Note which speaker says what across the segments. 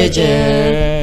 Speaker 1: T-Birger.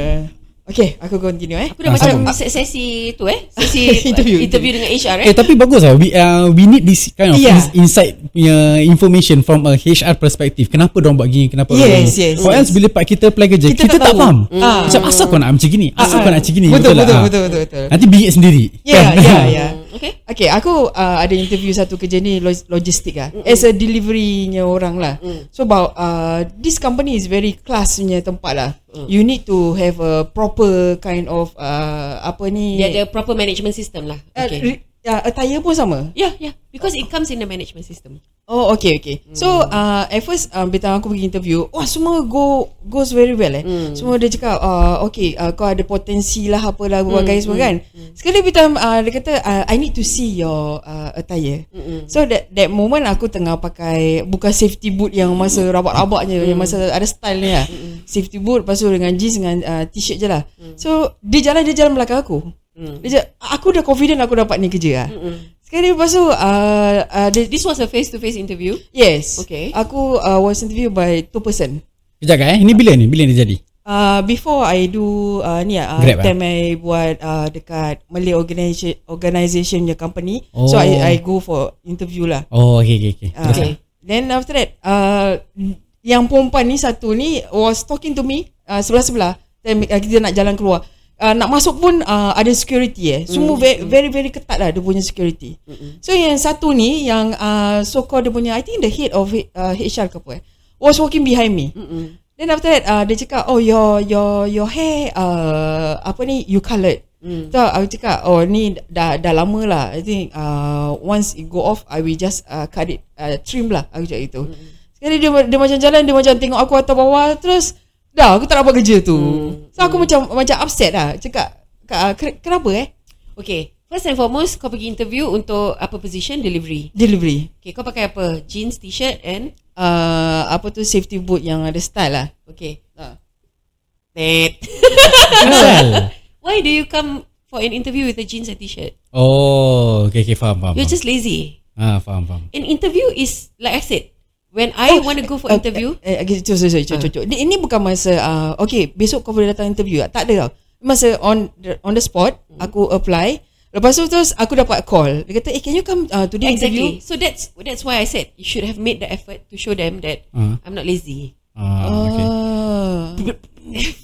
Speaker 1: Okay, aku continue eh.
Speaker 2: Aku
Speaker 3: Ah,
Speaker 2: dah macam
Speaker 3: sambung.
Speaker 2: se- sesi tu eh. Sesi
Speaker 1: Interview.
Speaker 2: interview, interview dengan HR eh.
Speaker 3: Eh tapi bagus lah we, uh, we need this kind of
Speaker 1: Yeah.
Speaker 3: yeah. insight punya information from a HR perspective Kenapa dorang buat gini Kenapa dorang
Speaker 1: Yes,
Speaker 3: buat gini.
Speaker 1: yes,
Speaker 3: Or
Speaker 1: yes.
Speaker 3: else bila part kita apply kerja Kita,
Speaker 1: Kita tak
Speaker 3: tak,
Speaker 1: tahu.
Speaker 3: faham Mm.
Speaker 1: Ah.
Speaker 3: Macam asal kau nak macam gini Asal kau nak macam gini
Speaker 1: Kan? Betul,
Speaker 3: lah,
Speaker 1: betul,
Speaker 3: ah.
Speaker 1: betul, Ya, betul, betul.
Speaker 3: Nanti bingit sendiri
Speaker 1: Yeah,
Speaker 3: kan?
Speaker 1: yeah, yeah.
Speaker 2: Okay.
Speaker 1: Okay, aku uh, ada interview satu kerja ni log- logistik lah. As a deliverynya orang lah.
Speaker 2: Mm.
Speaker 1: So about uh, this company is very class punya tempat lah.
Speaker 2: Mm.
Speaker 1: You need to have a proper kind of uh, apa ni.
Speaker 2: Dia ada proper management system lah. Okay.
Speaker 1: Okay. Uh, attire pun sama.
Speaker 2: Yeah, yeah. Because it comes in the management system.
Speaker 1: Oh okay okay. So uh, at first um, bila aku pergi interview, wah semua go goes very well eh. Semua dia cakap uh, okay uh, kau ada potensi lah apalah berbagai semua kan. Sekali bila uh, dia kata uh, I need to see your uh, attire. So that that moment aku tengah pakai bukan safety boot yang masa rabak-rabaknya yang masa ada style ni lah. Safety boot lepas tu dengan jeans dengan uh, t-shirt je lah. So dia jalan dia jalan belakang aku. Dia cakap, aku dah confident aku dapat ni kerja lah. Sekali lepas tu uh, uh, dia,
Speaker 2: This was a face-to-face interview.
Speaker 1: Yes.
Speaker 2: Okay.
Speaker 1: Aku uh, was interviewed by two person.
Speaker 3: Kejap kan eh Ini bila ni Bila ni jadi
Speaker 1: Uh, before I do uh, ni ah, uh,
Speaker 3: Grab, eh?
Speaker 1: time I buat uh, dekat Malay organisation organisation your company.
Speaker 3: Oh.
Speaker 1: So I I go for interview lah.
Speaker 3: Oh okay okay, okay.
Speaker 1: Uh,
Speaker 3: Terus lah.
Speaker 1: Then after that uh, yang perempuan ni satu ni was talking to me uh, sebelah-sebelah. Then uh, kita nak jalan keluar. Uh, nak masuk pun uh, ada security eh. Semua very, very very ketat lah dia punya security. So yang satu ni yang uh, so called dia punya I think the head of uh, HR ke apa eh was walking behind me. Then after that uh, dia cakap oh your your your hair uh, apa ni you coloured. Mm. So aku cakap oh ni dah dah lama lah. I think uh, once it go off I will just uh, cut it uh, trim lah aku cakap itu. Mm. Sekali dia dia macam jalan dia macam tengok aku atas bawah terus dah aku tak dapat kerja tu. Mm. So aku macam macam upset lah cakap "Kak, ken- kenapa eh
Speaker 2: Okay. First and foremost, kau pergi interview untuk apa position? Delivery.
Speaker 1: delivery.
Speaker 2: Okay, kau pakai apa? Jeans, t-shirt and...
Speaker 1: Uh, apa tu safety boot yang ada style lah.
Speaker 2: Okay.
Speaker 1: Uh.
Speaker 2: Net.
Speaker 3: Asal
Speaker 2: Why do you come for an interview with a jeans and t-shirt?
Speaker 3: Oh okay, okay faham faham,
Speaker 2: You're
Speaker 3: faham.
Speaker 2: just lazy.
Speaker 3: Ah, faham faham
Speaker 2: An interview is, like I said, when
Speaker 1: Oh.
Speaker 2: I want to go for interview, Ah.
Speaker 1: Eh, okay, cuba, cuba, cuba, cuba, cuba. Dia- Ini bukan masa, uh, okay, besok kau boleh datang interview. Tak ada tau. Masa on the, on the spot,
Speaker 2: Hmm.
Speaker 1: aku apply. Lepas tu terus aku dapat call. Dia kata, eh, can you come uh, today
Speaker 2: exactly.
Speaker 1: interview?
Speaker 2: So that's that's why I said you should have made the effort to show them that
Speaker 3: Ah.
Speaker 2: I'm not lazy.
Speaker 3: ah, okay.
Speaker 1: Ah,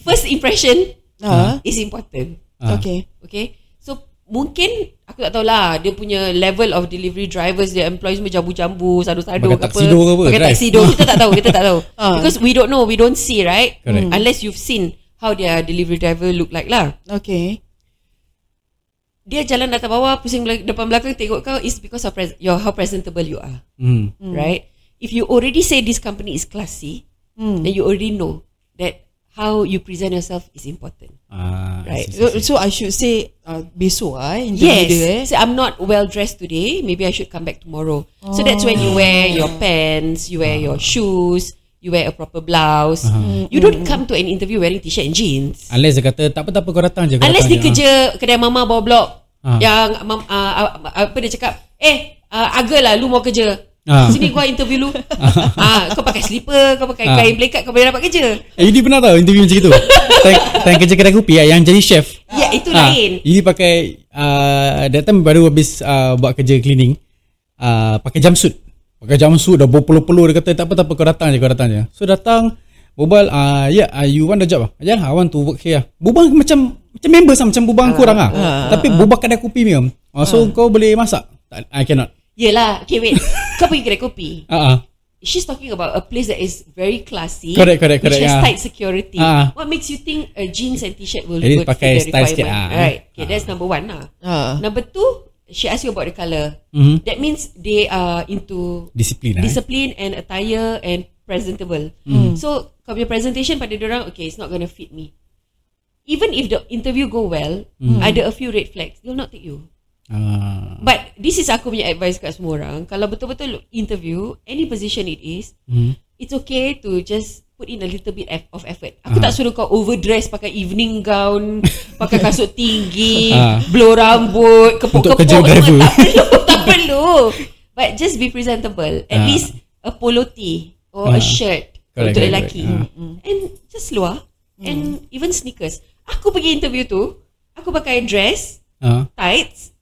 Speaker 2: First impression
Speaker 1: Ah.
Speaker 2: is important.
Speaker 3: Ah.
Speaker 1: okay.
Speaker 2: Okay. So mungkin aku tak tahulah dia punya level of delivery drivers dia employees semua jambu-jambu, sadu-sadu
Speaker 3: Pakai tuxedo ke apa,
Speaker 2: Pakai
Speaker 3: drive.
Speaker 2: taksido kita tak tahu, kita tak tahu.
Speaker 1: Ah.
Speaker 2: Because we don't know, we don't see, right? Mm.
Speaker 3: Correct.
Speaker 2: Unless you've seen how their delivery driver look like lah.
Speaker 1: Okay.
Speaker 2: Dia jalan atas bawah, pusing belak- depan belakang tengok kau is because of pres- your how presentable you are.
Speaker 1: Oh.
Speaker 3: Hmm.
Speaker 2: Mm. right? If you already say this company is classy, then you already know that how you present yourself is important.
Speaker 3: Ah,
Speaker 2: Right.
Speaker 3: I see,
Speaker 1: So,
Speaker 3: I see.
Speaker 1: so I should say uh, besok lah eh, interview
Speaker 2: Yes.
Speaker 1: dia eh.
Speaker 2: So I'm not well dressed today. Maybe I should come back tomorrow. So that's when you wear your pants, you wear your shoes, you wear a proper blouse. You don't come to an interview wearing t-shirt and jeans.
Speaker 3: Unless dia kata Tak apa-apa kau datang je kau
Speaker 2: Unless
Speaker 3: datang
Speaker 2: dia
Speaker 3: je.
Speaker 2: kerja kedai mama bawah blok
Speaker 3: Ah.
Speaker 2: yang mam, uh, apa dia cakap, "Eh, uh, agak lah lu mau kerja."
Speaker 3: Ah.
Speaker 2: Sini gua interview lu. ah, kau pakai slipper, kau pakai
Speaker 3: Ah.
Speaker 2: kain blanket, kau boleh dapat kerja.
Speaker 3: Eh, Yudi pernah tahu interview macam itu? time, time kerja kedai kopi lah, yang jadi chef.
Speaker 2: Ya, itu
Speaker 3: Ah,
Speaker 2: lain.
Speaker 3: Yudi pakai, uh, that time baru habis uh, buat kerja cleaning, uh, pakai jumpsuit. Pakai jumpsuit, dah berpeluh-peluh, dia kata, tak apa, tak apa, kau datang je, kau datang je. So, datang, berbual, uh, yeah, uh, you want the job lah? Yeah, I want to work here. Berbual macam, macam members lah, macam
Speaker 2: Ah,
Speaker 3: berbual kurang lah. Tapi berbual kedai kopi ni, uh, so kau boleh masak? Tak, I cannot.
Speaker 2: Yelah, okay wait. kau pergi kedai kopi.
Speaker 3: Ah, ah.
Speaker 2: She's talking about a place that is very classy.
Speaker 3: Correct, correct,
Speaker 2: which
Speaker 3: correct,
Speaker 2: has
Speaker 3: yeah.
Speaker 2: tight security.
Speaker 3: Ah.
Speaker 2: What makes you think a jeans and t-shirt will
Speaker 3: Jadi
Speaker 2: good
Speaker 3: pakai
Speaker 2: fit the
Speaker 3: style sikit,
Speaker 2: requirement?
Speaker 3: ah.
Speaker 2: Right. Okay, that's number one lah.
Speaker 1: Ah.
Speaker 2: Number two, she asked you about the colour.
Speaker 3: Mhm.
Speaker 2: That means they are into
Speaker 3: Disiplin lah. eh. Hmm.
Speaker 2: discipline and attire and presentable. Hmm. So, kau punya presentation pada orang, okay, it's not going to fit me. Even if the interview go well,
Speaker 3: Hmm.
Speaker 2: ada a few red flags, they'll not take you.
Speaker 3: Ah.
Speaker 2: Hmm. But this is aku punya advice kat semua orang. Kalau betul-betul interview, any position it is,
Speaker 3: Hmm.
Speaker 2: it's okay to just put in a little bit eff- of effort. Aku
Speaker 3: Ah.
Speaker 2: tak suruh kau overdress pakai evening gown, pakai kasut tinggi,
Speaker 3: Ah.
Speaker 2: blow rambut,
Speaker 3: Untuk
Speaker 2: kepuk-kepuk.
Speaker 3: kerja
Speaker 2: semua.
Speaker 3: driver.
Speaker 2: Tak perlu, tak perlu. But just be presentable. At
Speaker 3: Ah.
Speaker 2: least a polo tee. or
Speaker 3: Ah.
Speaker 2: a shirt
Speaker 3: Correct,
Speaker 2: untuk
Speaker 3: correct,
Speaker 2: lelaki.
Speaker 3: correct. Ah. Hmm.
Speaker 2: And just luar and even sneakers. Aku pergi interview tu, aku pakai dress,
Speaker 3: Ah,
Speaker 2: tights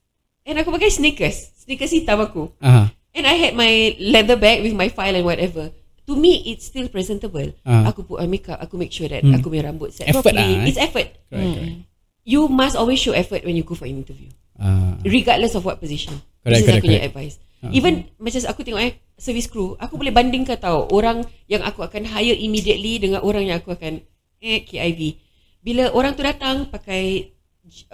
Speaker 2: and aku pakai sneakers. Sneakers hitam aku.
Speaker 3: ah,
Speaker 2: And I had my leather bag with my file and whatever. To me, it's still presentable.
Speaker 3: Ah.
Speaker 2: Aku put on makeup, aku make sure that
Speaker 3: Hmm.
Speaker 2: aku punya rambut set
Speaker 3: Effort lah,
Speaker 2: properly.
Speaker 3: eh?
Speaker 2: It's effort.
Speaker 3: correct, correct.
Speaker 2: You must always show effort when you go for an interview.
Speaker 3: Ah,
Speaker 2: Regardless of what position.
Speaker 3: Correct,
Speaker 2: This is
Speaker 3: correct,
Speaker 2: aku punya
Speaker 3: correct. Ah.
Speaker 2: advice. Even macam aku tengok eh, service crew, aku boleh bandingkan tau orang yang aku akan hire immediately dengan orang yang aku akan eh, KIV. Bila orang tu datang pakai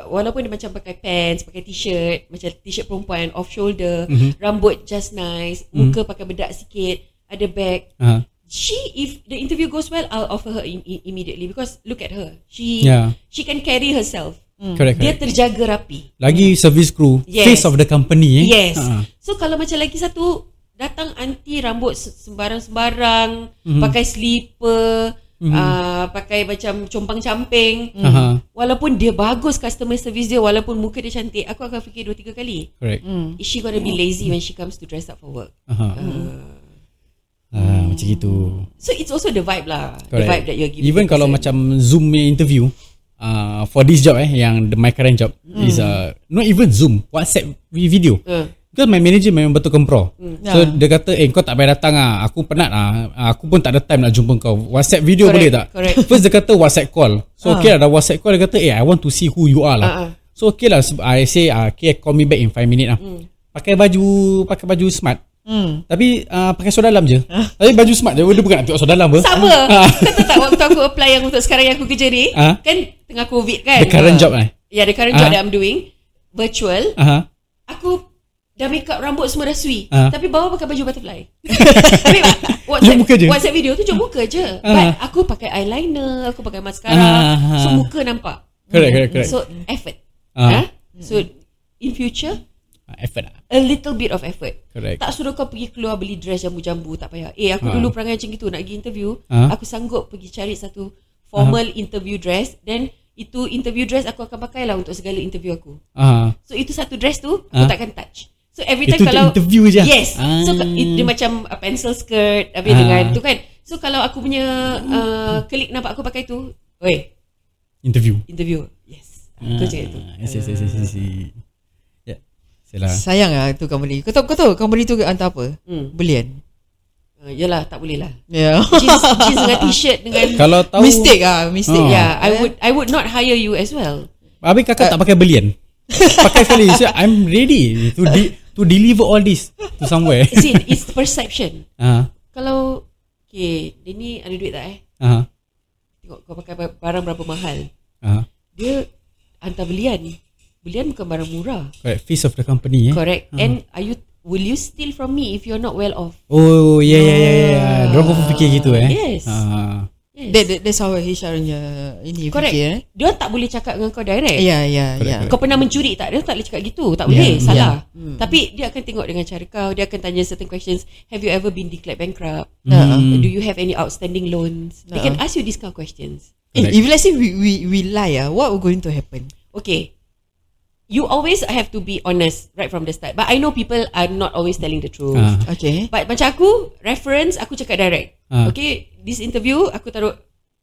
Speaker 2: walaupun dia macam pakai pants, pakai t-shirt, macam t-shirt perempuan off shoulder,
Speaker 3: Mhm.
Speaker 2: rambut just nice, muka pakai bedak sikit, ada bag.
Speaker 3: ah,
Speaker 2: She if the interview goes well, I'll offer her im- im- immediately because look at her. She
Speaker 3: Yeah.
Speaker 2: she can carry herself.
Speaker 3: correct,
Speaker 2: Dia
Speaker 3: correct.
Speaker 2: terjaga rapi.
Speaker 3: Lagi service crew,
Speaker 2: Yes.
Speaker 3: face of the company. Eh?
Speaker 2: Yes.
Speaker 3: Ah,
Speaker 2: So kalau macam lagi satu datang anti rambut se-
Speaker 3: Mhm.
Speaker 2: sembarang-sembarang, mm-hmm. pakai slipper, mm-hmm. uh, pakai macam compang-camping. Mm.
Speaker 3: Aha.
Speaker 2: Walaupun dia bagus customer service dia, walaupun muka dia cantik, aku akan fikir dua tiga kali.
Speaker 3: correct.
Speaker 2: Is she gonna be lazy when she comes to dress up for work? Ah.
Speaker 3: Aha. Ah, macam gitu.
Speaker 2: So it's also the vibe lah. The
Speaker 3: Correct.
Speaker 2: vibe that you're giving.
Speaker 3: Even
Speaker 2: the
Speaker 3: kalau
Speaker 2: person.
Speaker 3: macam Zoom punya interview uh, for this job eh yang the, my current job mm. is uh, not even Zoom, WhatsApp vi- video.
Speaker 2: Hmm. Uh. Hmm.
Speaker 3: Because my manager memang betul kempro. So
Speaker 1: Ya.
Speaker 3: dia kata, "Eh kau tak payah datang ah. Aku penat ah. Aku pun tak ada time nak jumpa kau. WhatsApp video
Speaker 2: Correct,
Speaker 3: boleh tak?"
Speaker 2: correct.
Speaker 3: First dia kata WhatsApp call. So okay lah, ada WhatsApp call dia kata, "Eh I want to see who you are lah."
Speaker 2: Ah, ah.
Speaker 3: So okay lah se- I say ah, okay call me back in 5 minute lah.
Speaker 2: Hmm.
Speaker 3: Pakai baju pakai baju smart.
Speaker 1: Hmm.
Speaker 3: Tapi uh, pakai seluar dalam je. Tapi baju smart je. Dia bukan nak tengok seluar dalam apa.
Speaker 2: Ah. Sama. Kau tahu tak waktu aku apply yang untuk sekarang yang aku kerja ni,
Speaker 3: Ah.
Speaker 2: kan tengah COVID kan?
Speaker 3: The current
Speaker 2: Ah.
Speaker 3: job eh.
Speaker 2: Yeah, the current job
Speaker 3: Ah.
Speaker 2: that I'm doing virtual.
Speaker 3: Aha.
Speaker 2: Aku dah make up rambut semua dah sui.
Speaker 3: Ah.
Speaker 2: Tapi bawah pakai baju butterfly. Tapi WhatsApp,
Speaker 3: muka je.
Speaker 2: WhatsApp video tu cuma muka je. But aku pakai eyeliner, aku pakai mascara.
Speaker 3: Ah.
Speaker 2: So muka nampak.
Speaker 3: Correct, correct, correct.
Speaker 2: So effort.
Speaker 3: Ah.
Speaker 2: Ah. So in future
Speaker 3: Ah, effort lah.
Speaker 2: a little bit of effort.
Speaker 3: Correct.
Speaker 2: Tak suruh kau pergi keluar beli dress jambu-jambu tak payah. Eh aku
Speaker 3: Ah.
Speaker 2: dulu perangai macam gitu nak pergi interview,
Speaker 3: Ah.
Speaker 2: aku sanggup pergi cari satu formal interview dress then itu interview dress aku akan pakailah untuk segala interview aku.
Speaker 3: Ah,
Speaker 2: So itu satu dress tu
Speaker 3: Ah.
Speaker 2: aku takkan touch. So every time
Speaker 3: Itu untuk
Speaker 2: kalau
Speaker 3: interview je?
Speaker 2: Yes. Ah. So
Speaker 3: Ah.
Speaker 2: ka- it, dia macam uh, pencil skirt habis
Speaker 3: Ah.
Speaker 2: dengan tu kan. So kalau aku punya uh, klik nampak aku pakai tu, oi,
Speaker 3: interview.
Speaker 2: interview. Yes.
Speaker 3: Ah,
Speaker 2: Aku cakap tu.
Speaker 3: yes, yes, yes, yes, yes, yes. Ya. Sila.
Speaker 1: Sayang lah tu company. Kau tahu, kau tahu company tu hantar apa?
Speaker 2: Hmm.
Speaker 1: Belian.
Speaker 2: Uh, yelah tak boleh lah.
Speaker 1: Yeah.
Speaker 2: Jeans, jeans dengan t-shirt dengan
Speaker 3: Kalau tahu
Speaker 1: mistake ah, mistake.
Speaker 3: Oh.
Speaker 1: Oh.
Speaker 2: Yeah, I would I would not hire you as well.
Speaker 3: Habis kakak tak pakai belian. pakai sekali. So, I'm ready to de- to deliver all this to somewhere.
Speaker 2: It's in, it's the perception.
Speaker 3: Ah,
Speaker 2: Kalau okay, dia ni ada duit tak eh?
Speaker 3: ah,
Speaker 2: Tengok kau pakai ba- barang berapa mahal.
Speaker 3: ah.
Speaker 2: Dia hantar belian. Belian bukan barang murah.
Speaker 3: Correct. Face of the company. Eh?
Speaker 2: Correct. And are you will you steal from me if you're not well off?
Speaker 3: Oh, yeah, yeah, yeah, yeah. Diorang pun fikir gitu eh.
Speaker 2: Yes.
Speaker 3: Ah.
Speaker 2: Yes.
Speaker 1: That, that, that's how HR punya ini
Speaker 2: Correct.
Speaker 1: fikir. eh.
Speaker 2: Dia tak boleh cakap dengan kau direct.
Speaker 1: Ya, ya,
Speaker 3: Correct,
Speaker 1: ya.
Speaker 3: correct.
Speaker 2: Kau pernah mencuri tak? Dia tak boleh cakap gitu. Tak
Speaker 3: Yeah.
Speaker 2: boleh. Salah. Tapi dia akan tengok dengan cara kau. Dia akan tanya certain questions. Have you ever been declared bankrupt? Uh,
Speaker 1: Mm.
Speaker 2: Do you have any outstanding loans? They can
Speaker 1: Uh-uh.
Speaker 2: ask you these kind of questions.
Speaker 1: Eh,
Speaker 3: Correct.
Speaker 1: if let's say we we we lie ah, what will going to happen?
Speaker 2: okay, you always have to be honest right from the start. But I know people are not always telling the truth.
Speaker 3: Ah.
Speaker 1: Okay.
Speaker 2: But macam aku, reference aku cakap direct.
Speaker 3: Ah.
Speaker 2: Okay, this interview aku taruh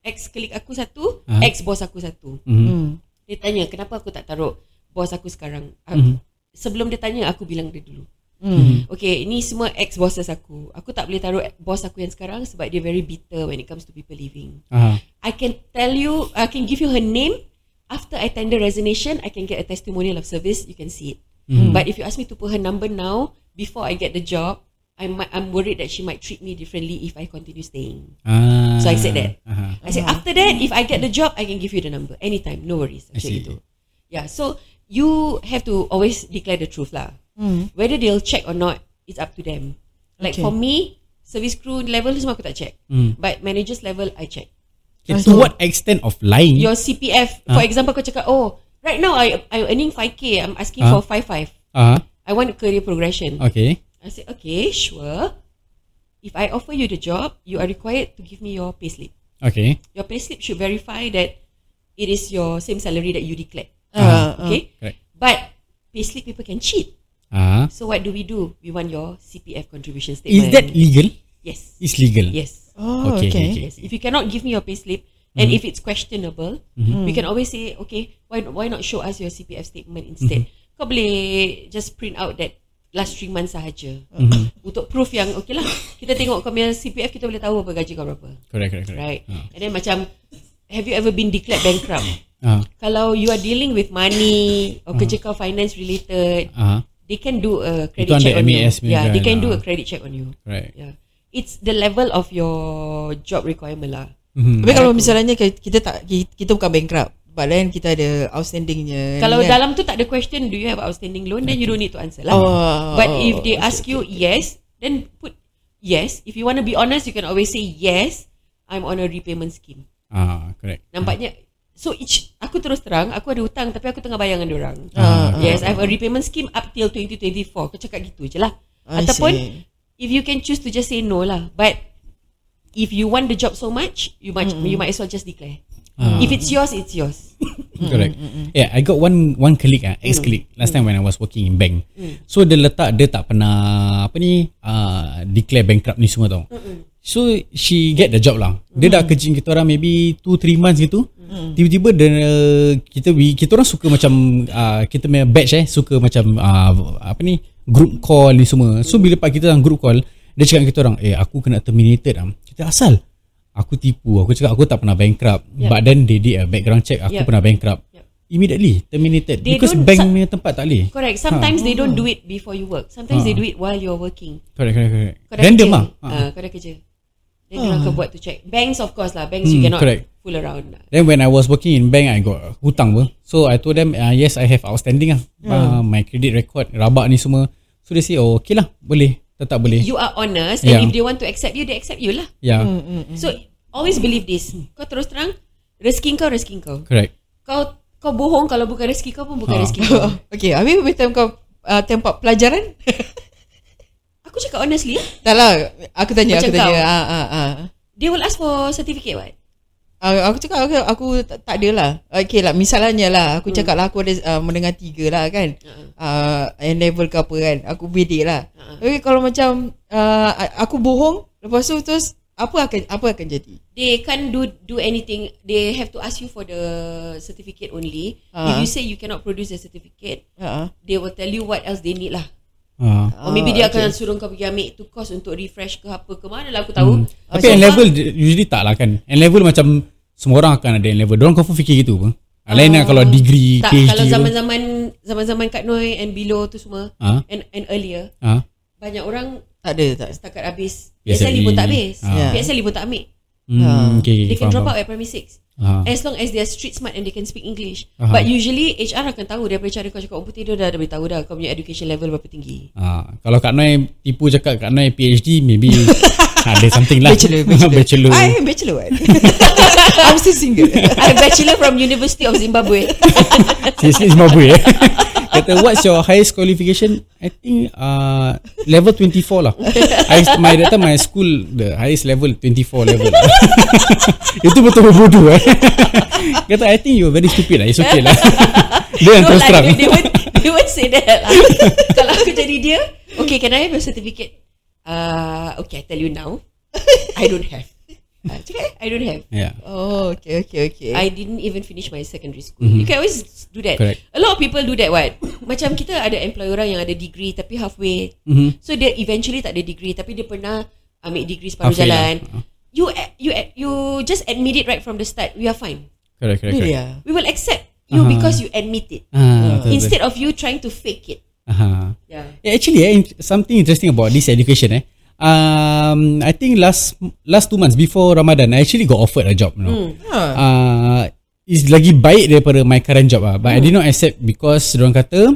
Speaker 2: ex klik aku satu,
Speaker 3: Ah.
Speaker 2: ex bos aku satu.
Speaker 3: Mm.
Speaker 1: Hmm.
Speaker 2: Dia tanya kenapa aku tak taruh bos aku sekarang. Ah,
Speaker 3: Mhm.
Speaker 2: Sebelum dia tanya aku bilang dia dulu.
Speaker 1: Hmm.
Speaker 2: Okay, ni semua ex bosses aku. Aku tak boleh taruh bos aku yang sekarang sebab dia very bitter when it comes to people leaving.
Speaker 3: Ah.
Speaker 2: I can tell you, I can give you her name. After I tender resignation, I can get a testimonial of service. You can see it.
Speaker 3: Mm.
Speaker 2: But if you ask me to put her number now, before I get the job, I might, I'm worried that she might treat me differently if I continue staying.
Speaker 3: Ah.
Speaker 2: So I said that.
Speaker 3: Ah.
Speaker 2: I said, after that, if I get the job, I can give you the number anytime. No worries.
Speaker 3: I see.
Speaker 2: Actually, do. Yeah, so you have to always declare the truth lah. Whether they'll check or not, it's up to them. Like
Speaker 1: Okay.
Speaker 2: for me, service crew level semua aku tak check.
Speaker 3: Mm.
Speaker 2: But managers level, I check.
Speaker 3: Okay, to what extent of lying?
Speaker 2: your CPF. For example, kau cakap, oh, right now I I'm earning 5K. I'm asking
Speaker 3: Ah.
Speaker 2: for 5-5.
Speaker 3: Ah.
Speaker 2: I want a career progression.
Speaker 3: Okay.
Speaker 2: I said, okay, sure. If I offer you the job, you are required to give me your payslip.
Speaker 3: Okay.
Speaker 2: Your payslip should verify that it is your same salary that you declared.
Speaker 1: Ah, ah.
Speaker 2: okay?
Speaker 3: Correct.
Speaker 2: But payslip people can cheat.
Speaker 3: Ah.
Speaker 2: So what do we do? We want your CPF contribution
Speaker 3: Is
Speaker 2: statement.
Speaker 3: that e- legal?
Speaker 2: Yes.
Speaker 3: It's legal.
Speaker 2: Yes.
Speaker 1: Oh, okay.
Speaker 3: Okay, okay, okay.
Speaker 2: Yes. If you cannot give me your payslip, and
Speaker 3: Mm-hmm.
Speaker 2: if it's questionable, we can always say, okay, why why not show us your CPF statement instead?
Speaker 3: Mm-hmm.
Speaker 2: Kau boleh just print out that last three months sahaja.
Speaker 3: Mm-hmm.
Speaker 2: Untuk proof yang, okay lah, kita tengok kau punya CPF, kita boleh tahu apa gaji kau berapa.
Speaker 3: Correct, correct, correct.
Speaker 2: Right? And then macam, have you ever been declared bankrupt?
Speaker 3: Ah,
Speaker 2: Kalau you are dealing with money, or kerja kau finance related,
Speaker 3: ah,
Speaker 2: they can do a
Speaker 3: Itu
Speaker 2: credit check
Speaker 3: under
Speaker 2: on you.
Speaker 3: MAS punya
Speaker 2: Yeah, they
Speaker 3: kan,
Speaker 2: can do
Speaker 3: ah.
Speaker 2: a credit check on you.
Speaker 3: right.
Speaker 2: Yeah. It's the level of your job requirement lah.
Speaker 3: Hmm.
Speaker 1: Tapi kalau misalnya ke- kita tak ki- kita bukan bankrupt but then kita ada outstandingnya.
Speaker 2: Kalau
Speaker 1: kan?
Speaker 2: dalam tu tak ada question do you have outstanding loan then you don't need to answer lah.
Speaker 1: Oh,
Speaker 2: But
Speaker 1: oh,
Speaker 2: if they
Speaker 1: okay,
Speaker 2: ask you yes, then put yes. If you want to be honest, you can always say yes. I'm on a repayment scheme.
Speaker 3: Ah, correct.
Speaker 2: Nampaknya so each, aku terus terang aku ada hutang tapi aku tengah bayar dengan orang.
Speaker 1: Ah,
Speaker 2: yes, I have a repayment scheme up till 2024. Kau cakap gitu je lah.
Speaker 1: I
Speaker 2: Ataupun
Speaker 1: see.
Speaker 2: if you can choose to just say no lah. But if you want the job so much, you might you might as well just declare.
Speaker 1: Ah.
Speaker 2: If it's yours, it's yours.
Speaker 3: Mm, Correct. Yeah, I got one one colleague ah, ex colleague last time when I was working in bank. So dia letak dia tak pernah apa ni uh, declare bankrupt ni semua tau. So she get the job lah. Dia dah kerja dengan kita orang maybe 2 3 months gitu. Tiba-tiba dia kita we, kita orang suka macam uh, kita punya batch eh suka macam uh, apa ni group call ni semua. So bila pak kita dalam group call dia cakap dengan kita orang, "Eh, aku kena terminated ah." Kita asal aku tipu aku cakap aku tak pernah bankrupt
Speaker 2: Yep.
Speaker 3: but then they did a background check aku
Speaker 2: Yep.
Speaker 3: pernah bankrupt
Speaker 2: Yep.
Speaker 3: immediately terminated
Speaker 2: They
Speaker 3: because
Speaker 2: don't
Speaker 3: bank
Speaker 2: sa-
Speaker 3: punya tempat tak boleh
Speaker 2: Correct. Sometimes
Speaker 3: Ah.
Speaker 2: they don't do it before you work. Sometimes they do it while you're working.
Speaker 3: correct correct correct
Speaker 2: Kau dah
Speaker 3: Ah. random
Speaker 2: kerja.
Speaker 3: ah
Speaker 2: Ha.
Speaker 3: Ha.
Speaker 2: kau dah kerja. Then uh. kau buat tu check. Banks of course lah. Banks you
Speaker 3: Hmm,
Speaker 2: cannot
Speaker 3: correct.
Speaker 2: fool around. lah.
Speaker 3: then when I was working in bank I got hutang pun so I told them uh, yes I have outstanding ah
Speaker 2: Hmm.
Speaker 3: uh, my credit record rabak ni semua so they say oh okay lah boleh tetap boleh Ya,
Speaker 2: You are honest and
Speaker 3: Yeah.
Speaker 2: if they want to accept you, they accept you lah.
Speaker 3: yeah
Speaker 2: So always believe this.
Speaker 3: Hmm.
Speaker 2: Kau terus terang, rezeki kau rezeki kau.
Speaker 3: correct
Speaker 2: Kau kau bohong kalau bukan rezeki kau pun bukan
Speaker 3: Ha.
Speaker 2: rezeki kau.
Speaker 1: oh, okay, habis by time kau uh, tempat pelajaran?
Speaker 2: Aku cakap honestly, lah.
Speaker 1: tak lah, aku tanya,
Speaker 2: Macam
Speaker 1: aku tanya.
Speaker 2: kau.
Speaker 1: Ah, ah, ah.
Speaker 2: they will ask for certificate what?
Speaker 1: Uh, aku cakap aku, aku tak, tak ada lah Okay lah Misalnya lah
Speaker 2: Hmm.
Speaker 1: Aku cakap lah Aku ada uh, mendengar tiga lah kan uh, N level ke apa kan Aku bedek lah
Speaker 2: Ha.
Speaker 1: Okay kalau macam uh, Aku bohong Lepas tu terus Apa akan apa akan jadi
Speaker 2: They can't do do anything. They have to ask you for the certificate only.
Speaker 1: Ha.
Speaker 3: Ah.
Speaker 2: If you say you cannot produce the certificate,
Speaker 1: uh,
Speaker 2: they will tell you what else they need lah.
Speaker 3: uh.
Speaker 2: Or maybe dia akan suruh kau pergi ambil tu course untuk refresh ke apa ke mana lah aku tahu. Hmm.
Speaker 3: tapi N level usually tak lah kan N level macam semua orang akan ada N level Diorang confirm fikir gitu pun lain lah kalau degree
Speaker 2: Oh, tak
Speaker 3: PhD
Speaker 2: kalau
Speaker 3: pun.
Speaker 2: zaman-zaman zaman-zaman Kat Noi and below tu semua
Speaker 3: Ah.
Speaker 2: and and earlier
Speaker 3: Ah.
Speaker 2: banyak orang
Speaker 1: Tak ada tak
Speaker 2: setakat habis
Speaker 3: PSLE.
Speaker 2: PSLE E pun tak habis.
Speaker 1: Ah.
Speaker 2: PSLE E pun tak ambil.
Speaker 3: Hmm, okay, okay,
Speaker 2: Ah. They can
Speaker 3: faham,
Speaker 2: drop
Speaker 3: faham.
Speaker 2: out at primary 6.
Speaker 3: Ah.
Speaker 2: As long as they are street smart and they can speak English.
Speaker 3: Aha.
Speaker 2: But usually HR akan tahu daripada cara kau cakap orang putih dia dah, dah beritahu dah kau punya education level berapa tinggi.
Speaker 3: Ha, kalau Kak Noi tipu cakap Kak Noi PhD maybe ada something lah.
Speaker 1: Bachelor, bachelor.
Speaker 3: bachelor.
Speaker 1: I am bachelor what? I'm still single
Speaker 2: I'm bachelor from University of Zimbabwe.
Speaker 3: Seriously Zimbabwe eh. Kata what's your highest qualification? I think uh, level 24 lah. I, my that time my school the highest level 24 level. Itu betul bodoh eh. Kata I think you very stupid lah. It's okay lah. Dia yang
Speaker 2: no
Speaker 3: terus
Speaker 2: lah,
Speaker 3: terang.
Speaker 2: they, they, won't, they won't say that lah. Kalau aku jadi dia, okay, can I have your certificate? Uh, okay, I tell you now, I don't have. Uh, cakap, eh, I don't have.
Speaker 3: Yeah.
Speaker 1: Oh okay okay okay
Speaker 2: I didn't even finish my secondary school. You can always do
Speaker 3: Mm-hmm.
Speaker 2: that.
Speaker 3: Correct.
Speaker 2: A lot of people do that. What? Macam kita ada employer orang yang ada degree tapi halfway.
Speaker 3: Mm-hmm.
Speaker 2: So dia eventually tak ada degree tapi dia pernah ambil degree separuh
Speaker 3: Halfway
Speaker 2: jalan.
Speaker 3: lah.
Speaker 2: You you you just admit it right from the start. We are fine.
Speaker 3: Correct, correct,
Speaker 1: Really
Speaker 3: correct.
Speaker 1: ah?
Speaker 2: We will accept you
Speaker 3: Aha.
Speaker 2: because you admit it.
Speaker 3: Ah, betul, betul.
Speaker 2: Instead of you trying to fake it.
Speaker 3: Aha.
Speaker 2: Yeah.
Speaker 3: Yeah, actually, eh, in- something interesting about this education, eh. Um, I think last last two months before Ramadan, I actually got offered a job. You know,
Speaker 1: Huh.
Speaker 3: uh, is lagi baik daripada my current job ah, but I did not accept because orang kata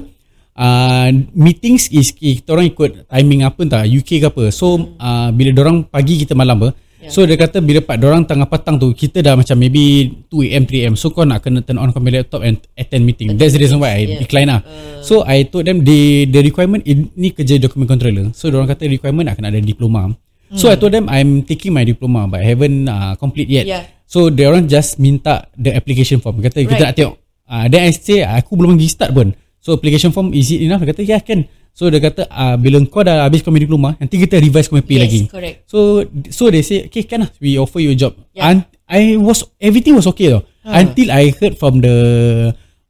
Speaker 3: uh, meetings is key. Kita orang ikut timing apa entah UK ke apa. So uh, bila orang pagi kita malam apa.
Speaker 2: Ya.
Speaker 3: So dia kata bila pak orang tengah petang tu kita dah macam maybe 2 am 3 am so kau nak kena turn on kau punya laptop and attend meeting. That's the reason why I
Speaker 2: Yeah.
Speaker 3: decline lah.
Speaker 2: Uh.
Speaker 3: So I told them the the requirement in- ni kerja document controller. So orang kata requirement nak kena ada diploma. So I
Speaker 2: Hmm.
Speaker 3: told them I'm taking my diploma but I haven't uh, complete yet.
Speaker 2: Yeah.
Speaker 3: So dia orang just minta the application form. Kata kita Uh,
Speaker 2: Right.
Speaker 3: nak tengok. Ah, then I say aku belum lagi start pun. So application form is it enough? Dia kata yeah can. So dia kata uh, bila kau dah habis kau punya diploma nanti kita revise kau punya pay
Speaker 2: yes,
Speaker 3: lagi.
Speaker 2: correct.
Speaker 3: So so they say okay can lah we offer you a job.
Speaker 2: Yeah. Ha.
Speaker 3: And I was everything was okay though until I heard from the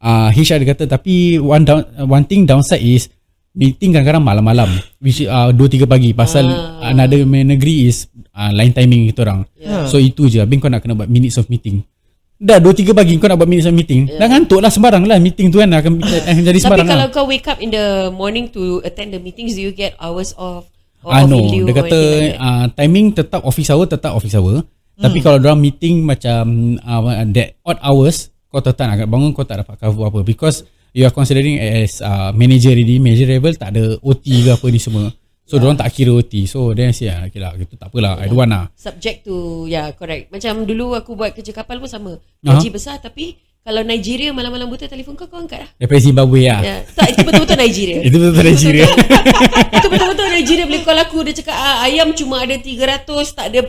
Speaker 3: uh, HR dia kata tapi one down one thing downside is meeting kadang-kadang malam-malam which uh, 2 3 pagi pasal uh.
Speaker 2: Ah.
Speaker 3: another main negeri is uh, lain timing kita orang.
Speaker 1: Yeah.
Speaker 3: So itu je Habis kau nak kena buat minutes of meeting. Dah 2 3 pagi kau nak buat minutes of meeting. Yeah. Dah ngantuk lah sembarang lah meeting tu kan akan, akan jadi
Speaker 2: Tapi
Speaker 3: sembarang.
Speaker 2: kalau
Speaker 3: lah.
Speaker 2: kau wake up in the morning to attend the meetings, do you get hours off? Or
Speaker 3: Ah
Speaker 2: off
Speaker 3: no,
Speaker 2: in lieu
Speaker 3: dia
Speaker 2: or
Speaker 3: kata
Speaker 2: anything like that?
Speaker 3: uh, timing tetap office hour tetap office hour. Hmm. Tapi kalau dia meeting macam uh, that odd hours, kau tetap nak bangun kau tak dapat cover apa because you are considering as uh, manager already, manager level tak ada OT ke apa ni semua. So yeah. tak kira OT. So then I say ah, okay lah, gitu tak apalah. I don't want lah.
Speaker 2: Subject to yeah correct. Macam dulu aku buat kerja kapal pun sama. Gaji besar tapi kalau Nigeria malam-malam buta telefon kau kau angkat lah.
Speaker 3: Daripada Zimbabwe lah.
Speaker 2: Ya, tak itu betul-betul Nigeria.
Speaker 3: Itu betul-betul Nigeria.
Speaker 2: itu betul-betul Nigeria boleh call aku dia cakap ah, ayam cuma ada 300 tak ada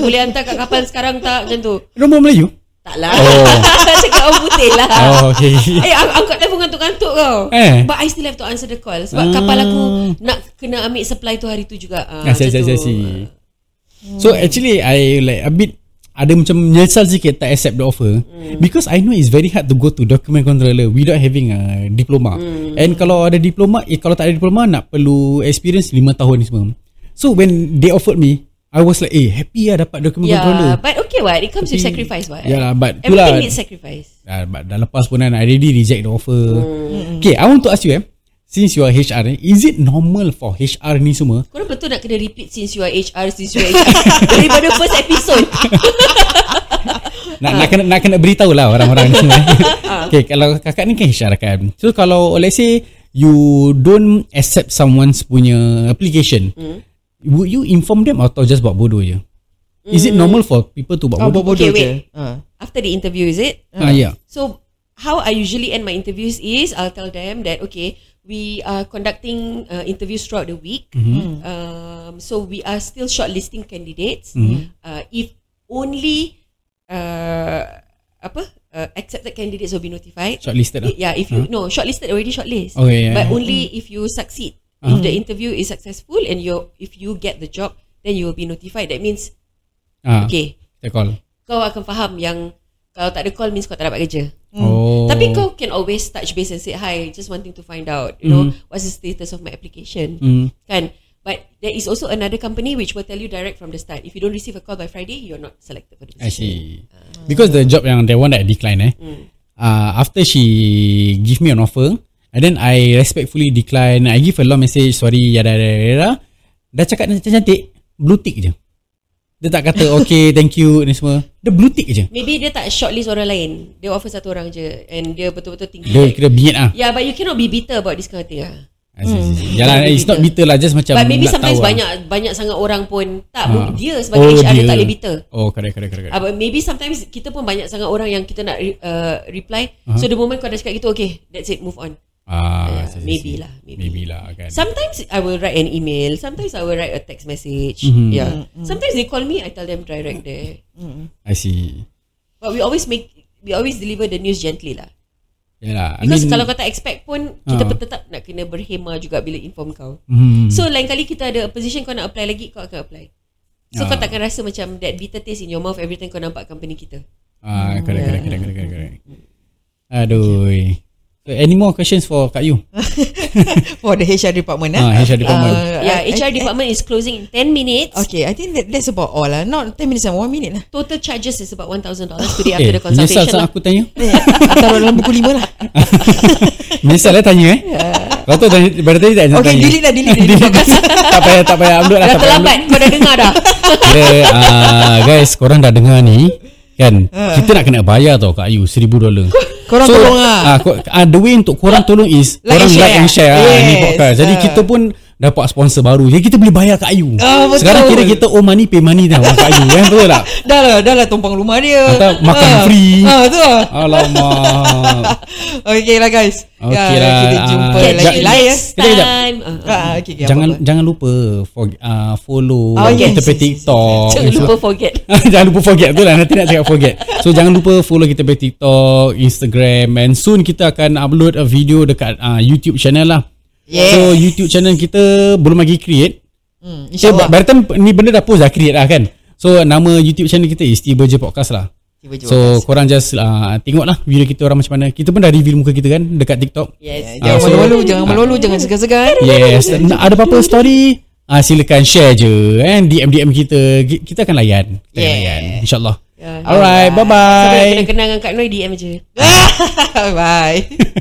Speaker 2: 400 boleh hantar kat kapal sekarang tak macam tu.
Speaker 3: Rumah Melayu?
Speaker 2: Tak lah.
Speaker 3: Oh.
Speaker 2: cakap orang putih lah.
Speaker 3: Oh, okay.
Speaker 2: Eh, aku angkat telefon ngantuk-ngantuk kau.
Speaker 3: Eh.
Speaker 2: But I still have to answer the call.
Speaker 3: Ah.
Speaker 2: Sebab kapal aku nak kena ambil supply tu hari tu juga. Ah,
Speaker 3: Ah, saya,
Speaker 2: macam
Speaker 3: saya,
Speaker 2: tu. Hmm.
Speaker 3: saya, saya. So actually I like a bit ada macam menyesal sikit tak accept the offer mm.
Speaker 2: Hmm.
Speaker 3: because I know it's very hard to go to document controller without having a diploma. Mm.
Speaker 2: Hmm.
Speaker 3: And kalau ada diploma, eh, kalau tak ada diploma nak perlu experience 5 tahun ni semua. So when they offered me, I was like, eh happy lah dapat document
Speaker 2: Ya.
Speaker 3: yeah, controller.
Speaker 2: Yeah, but okay what? It comes with sacrifice what?
Speaker 3: Yeah lah, but tu
Speaker 2: Everything
Speaker 3: lah.
Speaker 2: needs sacrifice.
Speaker 3: Dah, but dah lepas pun kan I already reject the offer.
Speaker 2: Hmm.
Speaker 3: Mm. Okay, I want to ask you eh, since you are HR, eh, is it normal for HR ni semua
Speaker 2: Korang betul nak kena repeat since you are HR, since you are HR. Daripada first episode.
Speaker 3: nak, nak kena nak kena beritahu lah orang-orang ni semua. okay, kalau kakak ni kan HR kan. So kalau let's say you don't accept someone's punya application, mm. would you inform them atau just buat bodoh je? Is it normal for people to Hmm. Oh, buat
Speaker 1: Kau bodoh
Speaker 3: bodoh?
Speaker 2: Okay,
Speaker 1: okay, Ah, je.
Speaker 2: wait.
Speaker 1: Ha.
Speaker 2: After the interview, is it?
Speaker 3: Ah, yeah.
Speaker 2: So how I usually end my interviews is I'll tell them that okay we are conducting uh, interviews throughout the week.
Speaker 3: Mm-hmm.
Speaker 2: Um, so we are still shortlisting candidates.
Speaker 3: Mm-hmm.
Speaker 2: Uh, if only uh, apa uh, accepted candidates will be notified.
Speaker 3: Shortlisted lah.
Speaker 2: Yeah, if you no shortlisted already shortlist.
Speaker 3: Okay, yeah, Uh-huh.
Speaker 2: but
Speaker 3: yeah.
Speaker 2: only if you succeed. If the interview is successful and you if you get the job, then you will be notified. That means
Speaker 3: Ah, okay. Kita
Speaker 2: okay,
Speaker 3: call.
Speaker 2: kau akan faham yang kalau tak ada call means kau tak dapat kerja.
Speaker 3: Oh.
Speaker 2: Tapi kau can always touch base and say hi, just wanting to find out, you know, what's the status of my application.
Speaker 3: Mm.
Speaker 2: Kan? But there is also another company which will tell you direct from the start. If you don't receive a call by Friday, you're not selected for the
Speaker 3: I
Speaker 2: position.
Speaker 3: see. Uh. Because the job yang the one that I decline eh.
Speaker 2: Mm.
Speaker 3: Uh, after she give me an offer and then I respectfully decline. I give a long message, sorry yada yada yada. Dah cakap dia cantik, blue tick je. Dia tak kata okay, thank you ni semua. Dia blue tick je.
Speaker 2: Maybe dia tak shortlist orang lain. Dia offer satu orang je and dia betul-betul tinggi.
Speaker 3: Dia kira bingit ah.
Speaker 2: yeah, but you cannot be bitter about this kind of thing. Ah.
Speaker 3: I see, see, see. Yalah, it's not bitter lah, just macam
Speaker 2: But maybe
Speaker 3: nak
Speaker 2: sometimes
Speaker 3: tahu
Speaker 2: banyak banyak sangat orang pun tak
Speaker 3: Ah.
Speaker 2: dia
Speaker 3: Oh,
Speaker 2: sebagai HR dia
Speaker 3: dia.
Speaker 2: tak boleh bitter.
Speaker 3: Lah. Oh, correct, correct, correct.
Speaker 2: Uh, but maybe sometimes kita pun banyak sangat orang yang kita nak re- uh, reply. Uh-huh. So the moment kau dah cakap gitu, okay, that's it, move on.
Speaker 3: Ah,
Speaker 2: Yeah,
Speaker 3: see, see,
Speaker 2: maybe
Speaker 3: see.
Speaker 2: lah, maybe.
Speaker 3: Maybe lah kan.
Speaker 2: Sometimes I will write an email. Sometimes I will write a text message.
Speaker 3: Mm-hmm.
Speaker 2: Yeah.
Speaker 1: Mm-hmm.
Speaker 2: Sometimes they call me. I tell them direct there.
Speaker 3: I see.
Speaker 2: But we always make we always deliver the news gently lah.
Speaker 3: Yalah. I
Speaker 2: Because
Speaker 3: mean-
Speaker 2: kalau kau tak expect pun kita
Speaker 3: Ah.
Speaker 2: pun tetap nak kena berhema juga bila inform kau.
Speaker 3: Hmm.
Speaker 2: So lain kali kita ada a position kau nak apply lagi kau akan apply. So kau
Speaker 3: Ah.
Speaker 2: takkan rasa macam that bitter taste in your mouth every time kau nampak company kita.
Speaker 3: Ah, correct, correct, correct, correct, correct, correct. Aduh. So, any more questions for Kak Yu?
Speaker 1: For the HR department eh.
Speaker 3: Ah, HR department.
Speaker 1: Ah,
Speaker 2: yeah,
Speaker 1: I-
Speaker 2: HR
Speaker 1: I-
Speaker 2: Ya, department is closing in 10 minutes.
Speaker 1: Okay, I think that, that's about all lah. Not 10 minutes, 1 minute lah.
Speaker 2: Total charges is about $1,000 today
Speaker 1: Ya,
Speaker 3: eh,
Speaker 2: after the
Speaker 3: menyesal
Speaker 2: consultation.
Speaker 3: sangat
Speaker 2: lah.
Speaker 3: aku tanya.
Speaker 1: Taruh dalam buku 5 lah.
Speaker 3: Menyesal eh tanya eh. Kau tu tanya, baru tadi tak
Speaker 1: Ya.
Speaker 3: nak
Speaker 1: Okay,
Speaker 3: tanya.
Speaker 1: delete lah, delete, delete.
Speaker 3: tak payah, tak payah upload lah.
Speaker 2: Dah
Speaker 3: tak payah upload.
Speaker 2: terlambat kau dah dengar dah.
Speaker 3: Kira, ah, guys, korang dah dengar ni. Kan, kita nak kena bayar tau Kak Yu, seribu dolar.
Speaker 1: Ha. Korang tolong lah.
Speaker 3: ah, ko- ah, the way untuk korang tolong is
Speaker 1: Like
Speaker 3: korang
Speaker 1: and share.
Speaker 3: like and share ah, ni
Speaker 1: Yes,
Speaker 3: podcast. Jadi
Speaker 1: ah.
Speaker 3: kita pun dapat sponsor baru. Jadi kita boleh bayar Kak Ayu.
Speaker 1: Ah, betul.
Speaker 3: Sekarang kira kita oh money pay money dah Kak Ayu. Kan betul tak?
Speaker 1: Dah lah, dah lah tumpang rumah dia.
Speaker 3: Atau makan
Speaker 1: Ah,
Speaker 3: free.
Speaker 1: Ah, tu lah.
Speaker 3: Alamak.
Speaker 1: Okay lah guys.
Speaker 3: Okay
Speaker 1: Ya,
Speaker 3: lah.
Speaker 1: Kita jumpa
Speaker 3: Ah,
Speaker 1: lagi
Speaker 2: you
Speaker 3: ja-
Speaker 1: lah ya.
Speaker 2: next
Speaker 3: Kejap, kejap.
Speaker 2: time. Ah, ah.
Speaker 1: Ah, okay, okay,
Speaker 3: jangan
Speaker 1: apa-apa.
Speaker 3: jangan lupa for, uh, follow
Speaker 1: Oh, yes,
Speaker 3: kita punya
Speaker 1: yes, yes, yes.
Speaker 3: TikTok.
Speaker 2: Jangan
Speaker 3: Instagram.
Speaker 2: lupa forget.
Speaker 3: jangan lupa forget tu lah Nanti nak cakap forget So jangan lupa follow kita punya TikTok Instagram And soon kita akan upload a video Dekat uh, YouTube channel lah
Speaker 1: Yes.
Speaker 3: So YouTube channel kita belum lagi create.
Speaker 1: Hmm,
Speaker 3: So, by,
Speaker 1: InsyaAllah
Speaker 3: by the time ni benda dah post dah create lah kan. So nama YouTube channel kita is Tiba Je Podcast lah.
Speaker 1: Tiba-tiba
Speaker 3: So korang just uh, tengok lah video kita orang macam mana. Kita pun dah reveal muka kita kan dekat TikTok.
Speaker 1: Jangan
Speaker 2: Yes.
Speaker 3: Ah, so-
Speaker 1: malu-malu Jangan malu-malu Jangan segan-segan
Speaker 3: Yes, nak ada apa-apa story uh, silakan share je kan DM DM kita Ki- kita akan layan. Kita akan
Speaker 1: Yeah.
Speaker 3: layan insyaallah.
Speaker 2: Yeah.
Speaker 3: Alright, bye
Speaker 2: So, kalau
Speaker 3: bye.
Speaker 2: kenang-kenang dengan Kak Noi DM je.
Speaker 1: Bye